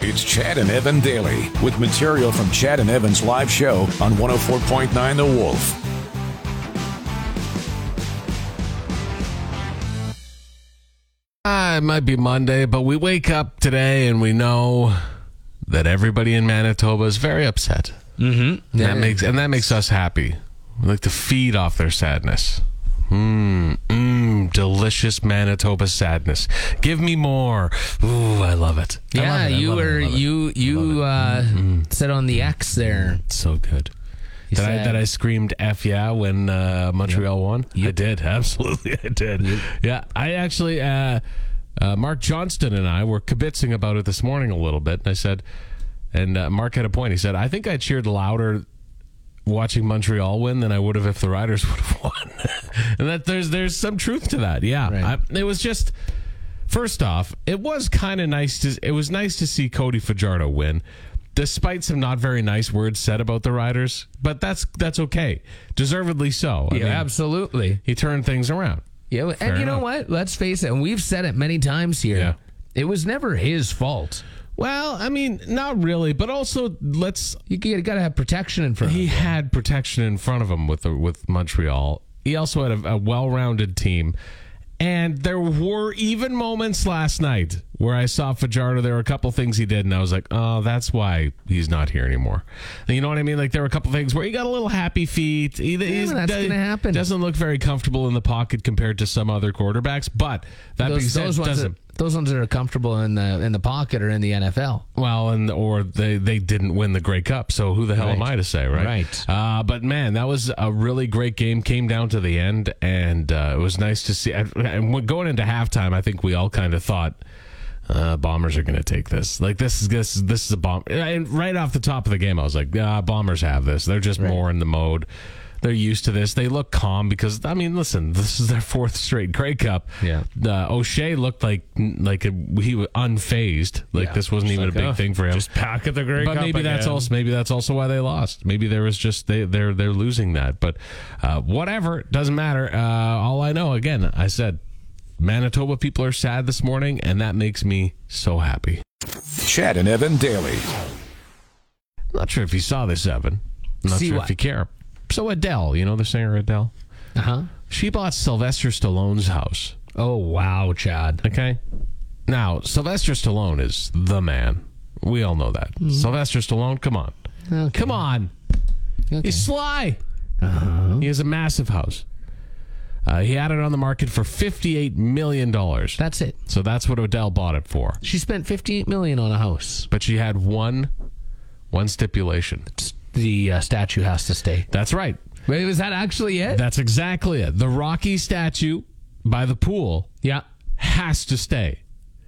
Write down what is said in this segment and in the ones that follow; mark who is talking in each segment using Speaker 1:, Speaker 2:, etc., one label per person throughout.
Speaker 1: It's Chad and Evan Daily with material from Chad and Evan's live show on 104.9 The Wolf.
Speaker 2: Ah, it might be Monday, but we wake up today and we know that everybody in Manitoba is very upset. Mm-hmm. That makes and that makes us happy. We like to feed off their sadness. Mmm, mmm, delicious Manitoba sadness. Give me more. Ooh, I love it. I love
Speaker 3: Yeah,
Speaker 2: it, I
Speaker 3: you
Speaker 2: love it, I
Speaker 3: were
Speaker 2: love it.
Speaker 3: you you uh,
Speaker 2: Mm-hmm.
Speaker 3: said on the X there.
Speaker 2: It's so good.
Speaker 3: You
Speaker 2: That I,
Speaker 3: said-
Speaker 2: that I screamed F yeah when uh, Montreal won? I did. Absolutely, I did. Yeah, I actually, uh, uh, Mark Johnston and I were kibitzing about it this morning a little bit. And I said, and uh, Mark had a point. He said, I think I cheered louder watching Montreal win than I would have if the Riders would have won. and that there's there's some truth to that. Yeah.
Speaker 3: Right.
Speaker 2: I, it was just first off, it was kind of nice to it was nice to see Cody Fajardo win despite some not very nice words said about the Riders, but that's that's okay. Deservedly so. I
Speaker 3: Yeah,
Speaker 2: mean,
Speaker 3: absolutely.
Speaker 2: he turned things around.
Speaker 3: Yeah, and you know
Speaker 2: enough.
Speaker 3: what? Let's face it, and we've said it many times here.
Speaker 2: Yeah.
Speaker 3: It was never his fault.
Speaker 2: Well, I mean, not really, but also let's
Speaker 3: You got to have protection in front. of
Speaker 2: he
Speaker 3: him.
Speaker 2: had protection in front of him with the, with Montreal. He also had a, a well-rounded team, and there were even moments last night where I saw Fajardo. There were a couple things he did, and I was like, "Oh, that's why he's not here anymore." You know what I mean? Like there were a couple things where he got a little happy feet. He, he's-
Speaker 3: that's
Speaker 2: does-
Speaker 3: gonna happen.
Speaker 2: Doesn't look very comfortable in the pocket compared to some other quarterbacks. But that being
Speaker 3: Those,
Speaker 2: said,
Speaker 3: those ones,
Speaker 2: doesn't
Speaker 3: that, those ones that are comfortable in the in the pocket or in the NFL.
Speaker 2: Well, and or they they didn't win the Grey Cup, so who the hell am I to say, right?
Speaker 3: Right.
Speaker 2: Uh, but man, that was a really great game. Came down to the end, and uh, it was nice to see. And- And when- going into halftime, I think we all kind of thought. Uh, bombers are going to take this. Like this is this is- this is a bomb. And right off the top of the game, I was like, ah, bombers have this. They're just more in the mode. They're used to this. They look calm because I mean, listen, this is their fourth straight Grey Cup.
Speaker 3: Yeah.
Speaker 2: uh, O'Shea looked like like he was unfazed. Like this wasn't even a big thing for him.
Speaker 4: Pack at the Grey
Speaker 2: But
Speaker 4: Cup
Speaker 2: maybe that's
Speaker 4: again.
Speaker 2: also maybe that's also why they lost. Maybe there was just they they're they're losing that. But uh, whatever doesn't matter. Uh, all I know again, I said Manitoba people are sad this morning, and that makes me so happy.
Speaker 1: Chad and Evan Daily.
Speaker 2: I'm not sure if you saw this, Evan. I'm not
Speaker 3: See
Speaker 2: sure
Speaker 3: what?
Speaker 2: if you care. So Adele, you know the singer Adele,
Speaker 3: Uh huh.
Speaker 2: she bought Sylvester Stallone's house.
Speaker 3: Oh wow, Chad.
Speaker 2: Okay. Now Sylvester Stallone is the man. We all know that.
Speaker 3: Mm-hmm.
Speaker 2: Sylvester Stallone, come on,
Speaker 3: Okay.
Speaker 2: come on. He's sly. He has a massive house. Uh, he had it on the market for fifty-eight million dollars.
Speaker 3: That's it.
Speaker 2: So that's what Odell bought it for.
Speaker 3: She spent fifty eight million on a house.
Speaker 2: But she had one, one stipulation.
Speaker 3: The uh, statue has to stay.
Speaker 2: That's right.
Speaker 3: Wait, was that actually it?
Speaker 2: That's exactly it. The Rocky statue by the pool
Speaker 3: yeah.
Speaker 2: has to stay.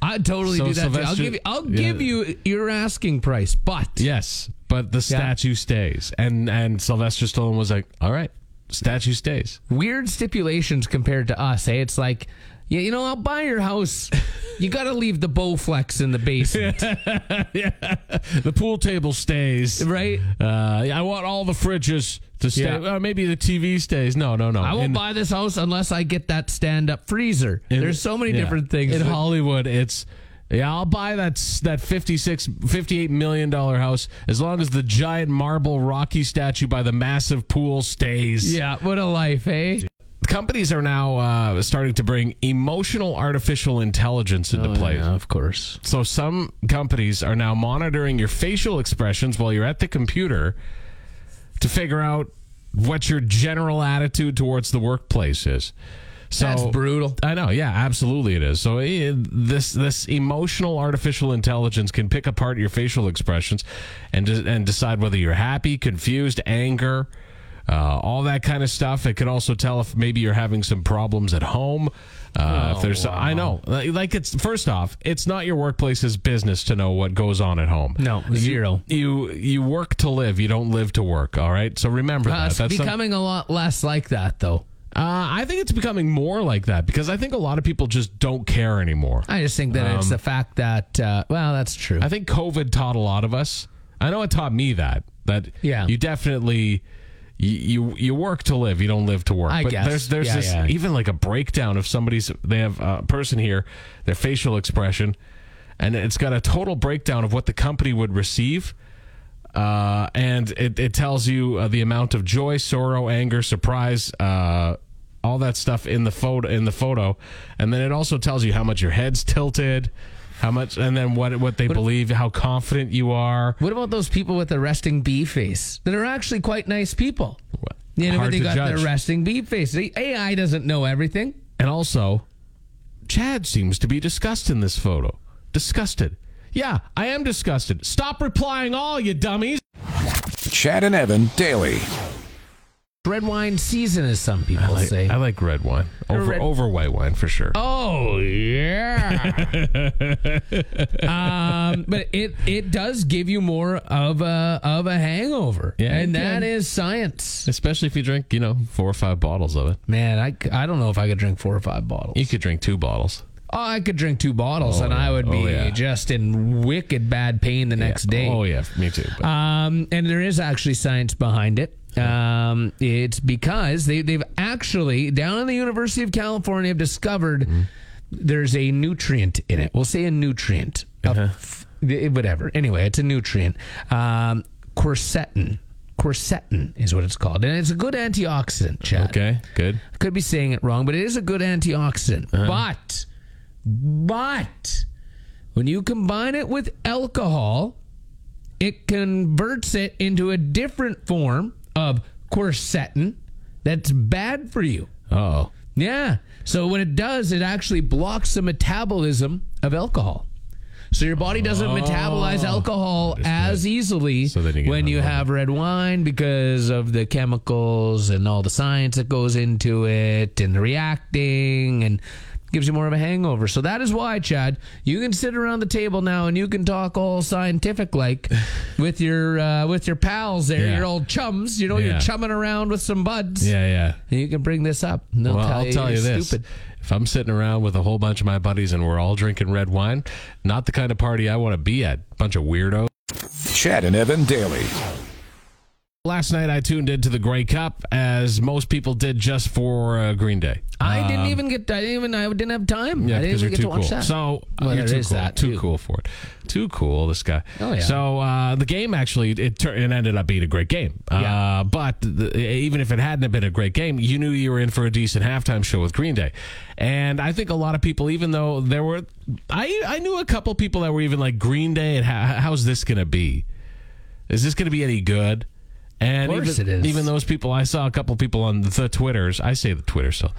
Speaker 3: I totally
Speaker 2: So
Speaker 3: do that. too. I'll
Speaker 2: Sylvester-
Speaker 3: give you. I'll
Speaker 2: Yeah.
Speaker 3: give you your asking price, but
Speaker 2: Yes, but the statue stays. And and Sylvester Stallone was like, "All right, statue stays."
Speaker 3: weird stipulations compared to us. Hey, it's like, yeah, you know, I'll buy your house. You got to leave the Bowflex in the basement,
Speaker 2: The pool table stays.
Speaker 3: right?
Speaker 2: Uh, I want all the fridges to stay.
Speaker 3: Yeah.
Speaker 2: Uh, maybe the TV stays. No, no, no.
Speaker 3: I won't
Speaker 2: In-
Speaker 3: buy this house unless I get that stand-up freezer.
Speaker 2: in-
Speaker 3: There's so many
Speaker 2: yeah.
Speaker 3: different things.
Speaker 2: in
Speaker 3: that-
Speaker 2: Hollywood. It's yeah, I'll buy that s- that 56 58 million dollar house as long as the giant marble Rocky statue by the massive pool stays.
Speaker 3: yeah, what a life, eh?
Speaker 2: Companies are now uh, starting to bring emotional artificial intelligence into play.
Speaker 3: Oh, of course.
Speaker 2: So some companies are now monitoring your facial expressions while you're at the computer to figure out what your general attitude towards the workplace is. So
Speaker 3: That's brutal.
Speaker 2: I know, yeah, absolutely it is. So eh, this this emotional artificial intelligence can pick apart your facial expressions and de- and decide whether you're happy, confused, anger, uh, all that kind of stuff. It can also tell if maybe you're having some problems at home. Uh,
Speaker 3: Oh,
Speaker 2: if there's, I know, like like it's first off, it's not your workplace's business to know what goes on at home.
Speaker 3: No, zero.
Speaker 2: You you work to live. You don't live to work. All right. So remember
Speaker 3: Uh,
Speaker 2: that.
Speaker 3: it's
Speaker 2: some-
Speaker 3: becoming a lot less like that, though.
Speaker 2: uh, I think it's becoming more like that because I think a lot of people just don't care anymore.
Speaker 3: I just think that it's
Speaker 2: Um,
Speaker 3: the fact that, uh, well, that's true.
Speaker 2: I think COVID taught a lot of us. I know it taught me that that
Speaker 3: Yeah.
Speaker 2: you definitely you you, you work to live, you don't live to work.
Speaker 3: I
Speaker 2: but
Speaker 3: guess.
Speaker 2: there's there's
Speaker 3: Yeah,
Speaker 2: this
Speaker 3: yeah.
Speaker 2: even like a breakdown of somebody's they have a person here, their facial expression and it's got a total breakdown of what the company would receive. Uh, and it, it tells you uh, the amount of joy, sorrow, anger, surprise, uh, all that stuff in the photo. In the photo, and then it also tells you how much your head's tilted, how much, and then what what they believe, how confident you are.
Speaker 3: What about those people with the resting bee face that are actually quite nice people? You know, but
Speaker 2: Hard
Speaker 3: they
Speaker 2: to
Speaker 3: got
Speaker 2: judge.
Speaker 3: their resting bee face. The AI doesn't know everything.
Speaker 2: And also, Chad seems to be disgusted in this photo. Disgusted. Yeah, I am disgusted. Stop replying all, you dummies.
Speaker 1: Chad and Evan daily.
Speaker 3: Red wine season, as some people say.
Speaker 2: I like red wine over
Speaker 3: red-
Speaker 2: over white wine for sure.
Speaker 3: Oh yeah. um, but it it does give you more of a of a hangover.
Speaker 2: Yeah,
Speaker 3: and
Speaker 2: it can.
Speaker 3: that is science.
Speaker 2: Especially if you drink, you know, four or five bottles of it.
Speaker 3: Man, I, c- I don't know if I could drink four or five bottles.
Speaker 2: You could drink two bottles.
Speaker 3: Oh, I could drink two bottles and I would be
Speaker 2: Oh, yeah.
Speaker 3: just in wicked bad pain the next day.
Speaker 2: Oh yeah, me too. But
Speaker 3: Um, and there is actually science behind it. Um, it's because they, they've actually, down in the University of California, have discovered there's a nutrient in it. We'll say a nutrient. A f- whatever. Anyway, it's a nutrient. Um, quercetin. Quercetin is what it's called. And it's a good antioxidant, Chad.
Speaker 2: okay, good.
Speaker 3: I could be saying it wrong, but it is a good antioxidant. But, but, when you combine it with alcohol, it converts it into a different form of quercetin that's bad for you.
Speaker 2: Oh,
Speaker 3: Yeah. So what it does, it actually blocks the metabolism of alcohol. So your body doesn't metabolize alcohol as easily
Speaker 2: Oh. So then you get
Speaker 3: when you
Speaker 2: hungover.
Speaker 3: have red wine because of the chemicals and all the science that goes into it and the reacting and gives you more of a hangover. So that is why, Chad, you can sit around the table now and you can talk all scientific like with your uh, with your pals there,
Speaker 2: Yeah.
Speaker 3: your old chums. You know,
Speaker 2: Yeah.
Speaker 3: you're chumming around with some buds.
Speaker 2: yeah, yeah.
Speaker 3: And you can bring this up. No,
Speaker 2: Well, I'll tell you
Speaker 3: you're
Speaker 2: this.
Speaker 3: Stupid.
Speaker 2: If I'm sitting around with a whole bunch of my buddies and we're all drinking red wine, not the kind of party I want to be at. Bunch of weirdos.
Speaker 1: Chad and Evan daily.
Speaker 2: Last night I tuned into the Grey Cup as most people did just for uh, Green Day. Um,
Speaker 3: I didn't even get. I didn't even. I didn't have time.
Speaker 2: Yeah,
Speaker 3: I didn't
Speaker 2: because
Speaker 3: even
Speaker 2: you're
Speaker 3: get
Speaker 2: too
Speaker 3: to watch
Speaker 2: cool.
Speaker 3: that.
Speaker 2: So uh,
Speaker 3: Well,
Speaker 2: you're
Speaker 3: there
Speaker 2: too
Speaker 3: is
Speaker 2: cool.
Speaker 3: that,
Speaker 2: too
Speaker 3: too.
Speaker 2: cool for it. Too cool, this guy.
Speaker 3: Oh, yeah.
Speaker 2: So uh, the game actually it, tur- it ended up being a great game. Uh,
Speaker 3: Yeah.
Speaker 2: but the, even if it hadn't have been a great game, you knew you were in for a decent halftime show with Green Day. And I think a lot of people, even though there were, I I knew a couple people that were even like Green Day and how, how's this going to be? Is this going to be any good? And
Speaker 3: Of course
Speaker 2: even,
Speaker 3: it is.
Speaker 2: even those people, I saw a couple people on the Twitters. I say the Twitter so.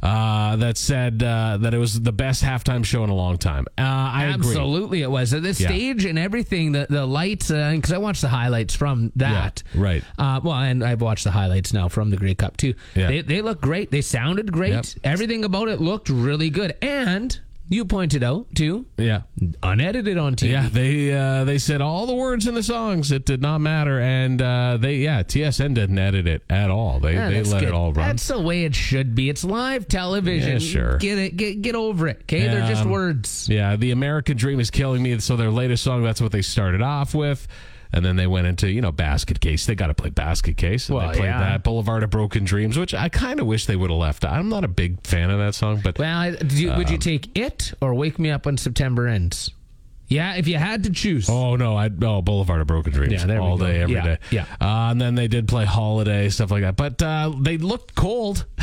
Speaker 2: Uh, that said uh, that it was the best halftime show in a long time. Uh, I agree.
Speaker 3: Absolutely, it was. So the stage and everything, the the lights, because I watched the highlights from that.
Speaker 2: right.
Speaker 3: Uh, well, and I've watched the highlights now from the Grey Cup too.
Speaker 2: Yeah.
Speaker 3: They they look great. They sounded great.
Speaker 2: Yep.
Speaker 3: Everything about it looked really good. And you pointed out too,
Speaker 2: Yeah,
Speaker 3: unedited on TV.
Speaker 2: yeah. They uh, they said all the words in the songs. It did not matter, and uh, they yeah. TSN didn't edit it at all. They
Speaker 3: Yeah,
Speaker 2: they
Speaker 3: that's
Speaker 2: let it
Speaker 3: good.
Speaker 2: all run.
Speaker 3: That's the way it should be. It's live television.
Speaker 2: Yeah, sure.
Speaker 3: Get it. Get get over it. Okay, they're just
Speaker 2: Um,
Speaker 3: words.
Speaker 2: Yeah, the American Dream is killing me. So their latest song, that's what they started off with. And then they went into, you know, Basket Case. They got to play Basket Case. And
Speaker 3: Well,
Speaker 2: they played
Speaker 3: yeah.
Speaker 2: that. Boulevard of Broken Dreams, which I kind of wish they would have left. I'm not a big fan of that song, but
Speaker 3: Well, I- do you,
Speaker 2: Um,
Speaker 3: would you take it or Wake Me Up When September Ends? Yeah, if you had to choose.
Speaker 2: Oh no! I oh Boulevard of Broken Dreams.
Speaker 3: Yeah, there we
Speaker 2: all
Speaker 3: go.
Speaker 2: day, every day.
Speaker 3: Yeah, yeah.
Speaker 2: Uh, and then they did play Holiday stuff like that, but uh, they looked cold.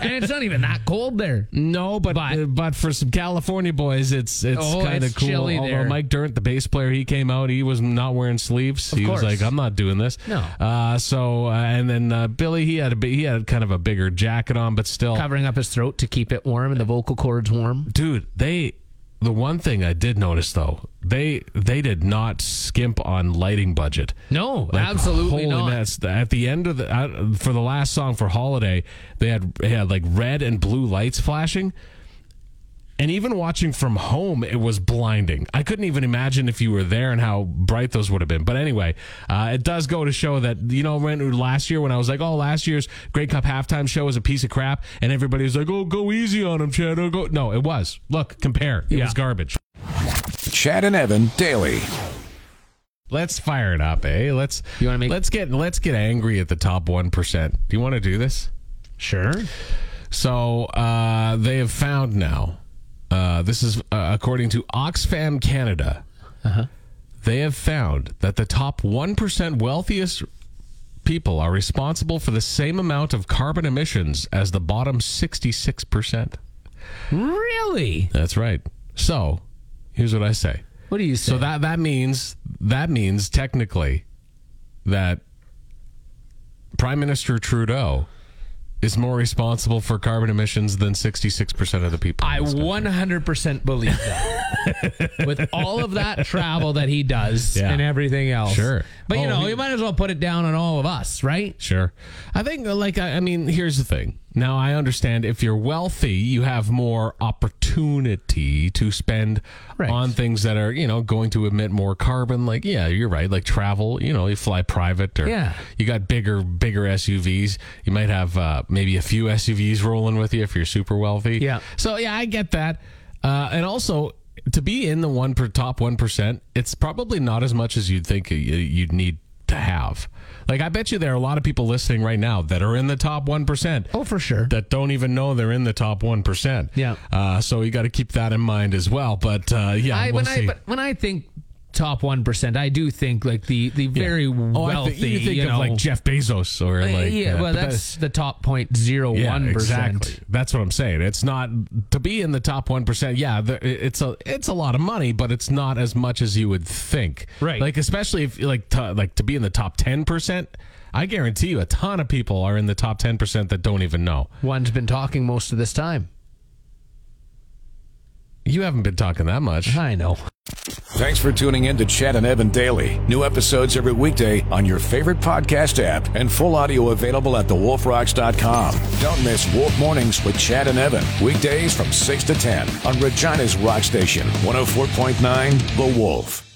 Speaker 3: and it's not even that cold there.
Speaker 2: no, but
Speaker 3: But-
Speaker 2: but, for some California boys, it's it's
Speaker 3: Oh,
Speaker 2: kind of
Speaker 3: it's
Speaker 2: cool.
Speaker 3: chilly
Speaker 2: Although
Speaker 3: there.
Speaker 2: Mike Durant, the bass player, he came out. He was not wearing sleeves. he
Speaker 3: course.
Speaker 2: was like, "I'm not doing this."
Speaker 3: No.
Speaker 2: Uh, so uh, and then uh, Billy, he had a bi- he had kind of a bigger jacket on, but still,
Speaker 3: Covering up his throat to keep it warm and the vocal cords warm.
Speaker 2: dude they the one thing i did notice though they they did not skimp on lighting budget
Speaker 3: No,
Speaker 2: Like,
Speaker 3: absolutely
Speaker 2: holy
Speaker 3: not.
Speaker 2: mess. at the end of the uh, for the last song for holiday they had they had like red and blue lights flashing and even watching from home, it was blinding. I couldn't even imagine if you were there and how bright those would have been. But anyway, uh, it does go to show that you know when last year when I was like, oh, last year's Great Cup halftime show was a piece of crap, and everybody was like, oh, go easy on him, Chad. Oh, go. No, it was. Look, compare. It
Speaker 3: Yeah.
Speaker 2: was garbage.
Speaker 1: Chad and Evan daily.
Speaker 2: Let's fire it up, eh? Let's.
Speaker 3: You wanna make-
Speaker 2: Let's get let's get angry at the top one percent. Do you want to do this?
Speaker 3: Sure.
Speaker 2: So uh, they have found now uh, Uh, this is uh, according to Oxfam Canada.
Speaker 3: Uh-huh.
Speaker 2: They have found that the top 1% wealthiest people are responsible for the same amount of carbon emissions as the bottom 66%.
Speaker 3: Really?
Speaker 2: That's right. So, here's what I say.
Speaker 3: What do you say?
Speaker 2: So that that means that means technically that Prime Minister Trudeau is more responsible for carbon emissions than 66% of the people. in
Speaker 3: I
Speaker 2: this country.
Speaker 3: 100% believe that. With all of that travel that he does
Speaker 2: Yeah.
Speaker 3: and everything else.
Speaker 2: Sure.
Speaker 3: But you
Speaker 2: Oh,
Speaker 3: know,
Speaker 2: he-
Speaker 3: you might as well put it down on all of us, right?
Speaker 2: Sure. I think, uh, like, I, I mean, here's the thing. Now, I understand if you're wealthy, you have more opportunity to spend
Speaker 3: Right.
Speaker 2: on things that are, you know, going to emit more carbon. Like, yeah, you're right. Like travel, you know, you fly private or
Speaker 3: Yeah.
Speaker 2: you got bigger, bigger SUVs. You might have uh, maybe a few SUVs rolling with you if you're super wealthy.
Speaker 3: Yeah.
Speaker 2: So, yeah, I get that. Uh, and also, to be in the one per top 1%, it's probably not as much as you'd think you- you'd need to have. Like, I bet you there are a lot of people listening right now that are in the top 1%
Speaker 3: Oh, for sure.
Speaker 2: that don't even know they're in the top 1%.
Speaker 3: Yeah.
Speaker 2: Uh, so you got to keep that in mind as well. But uh, yeah,
Speaker 3: I,
Speaker 2: we'll
Speaker 3: when
Speaker 2: see.
Speaker 3: I but when I think top 1%, I do think like the the very
Speaker 2: oh, I
Speaker 3: wealthy,
Speaker 2: think you think of
Speaker 3: know, Eh,
Speaker 2: like Jeff Bezos or like.
Speaker 3: yeah,
Speaker 2: uh,
Speaker 3: well,
Speaker 2: but
Speaker 3: that's the top point zero one
Speaker 2: Yeah,
Speaker 3: percent.
Speaker 2: exactly. That's what I'm saying. It's not to be in the top one percent. Yeah, the, it's a it's a lot of money, but it's not as much as you would think.
Speaker 3: Right.
Speaker 2: Like especially if like to, like to be in the top ten percent. I guarantee you, a ton of people are in the top ten percent that don't even know.
Speaker 3: One's been talking most of this time.
Speaker 2: You haven't been talking that much.
Speaker 3: I know.
Speaker 1: Thanks for tuning in to Chad and Evan Daily. New episodes every weekday on your favorite podcast app and full audio available at thewolfrocks.com. Don't miss Wolf Mornings with Chad and Evan. oh Weekdays from 6 to 10 on Regina's Rock Station, 104.9 The Wolf.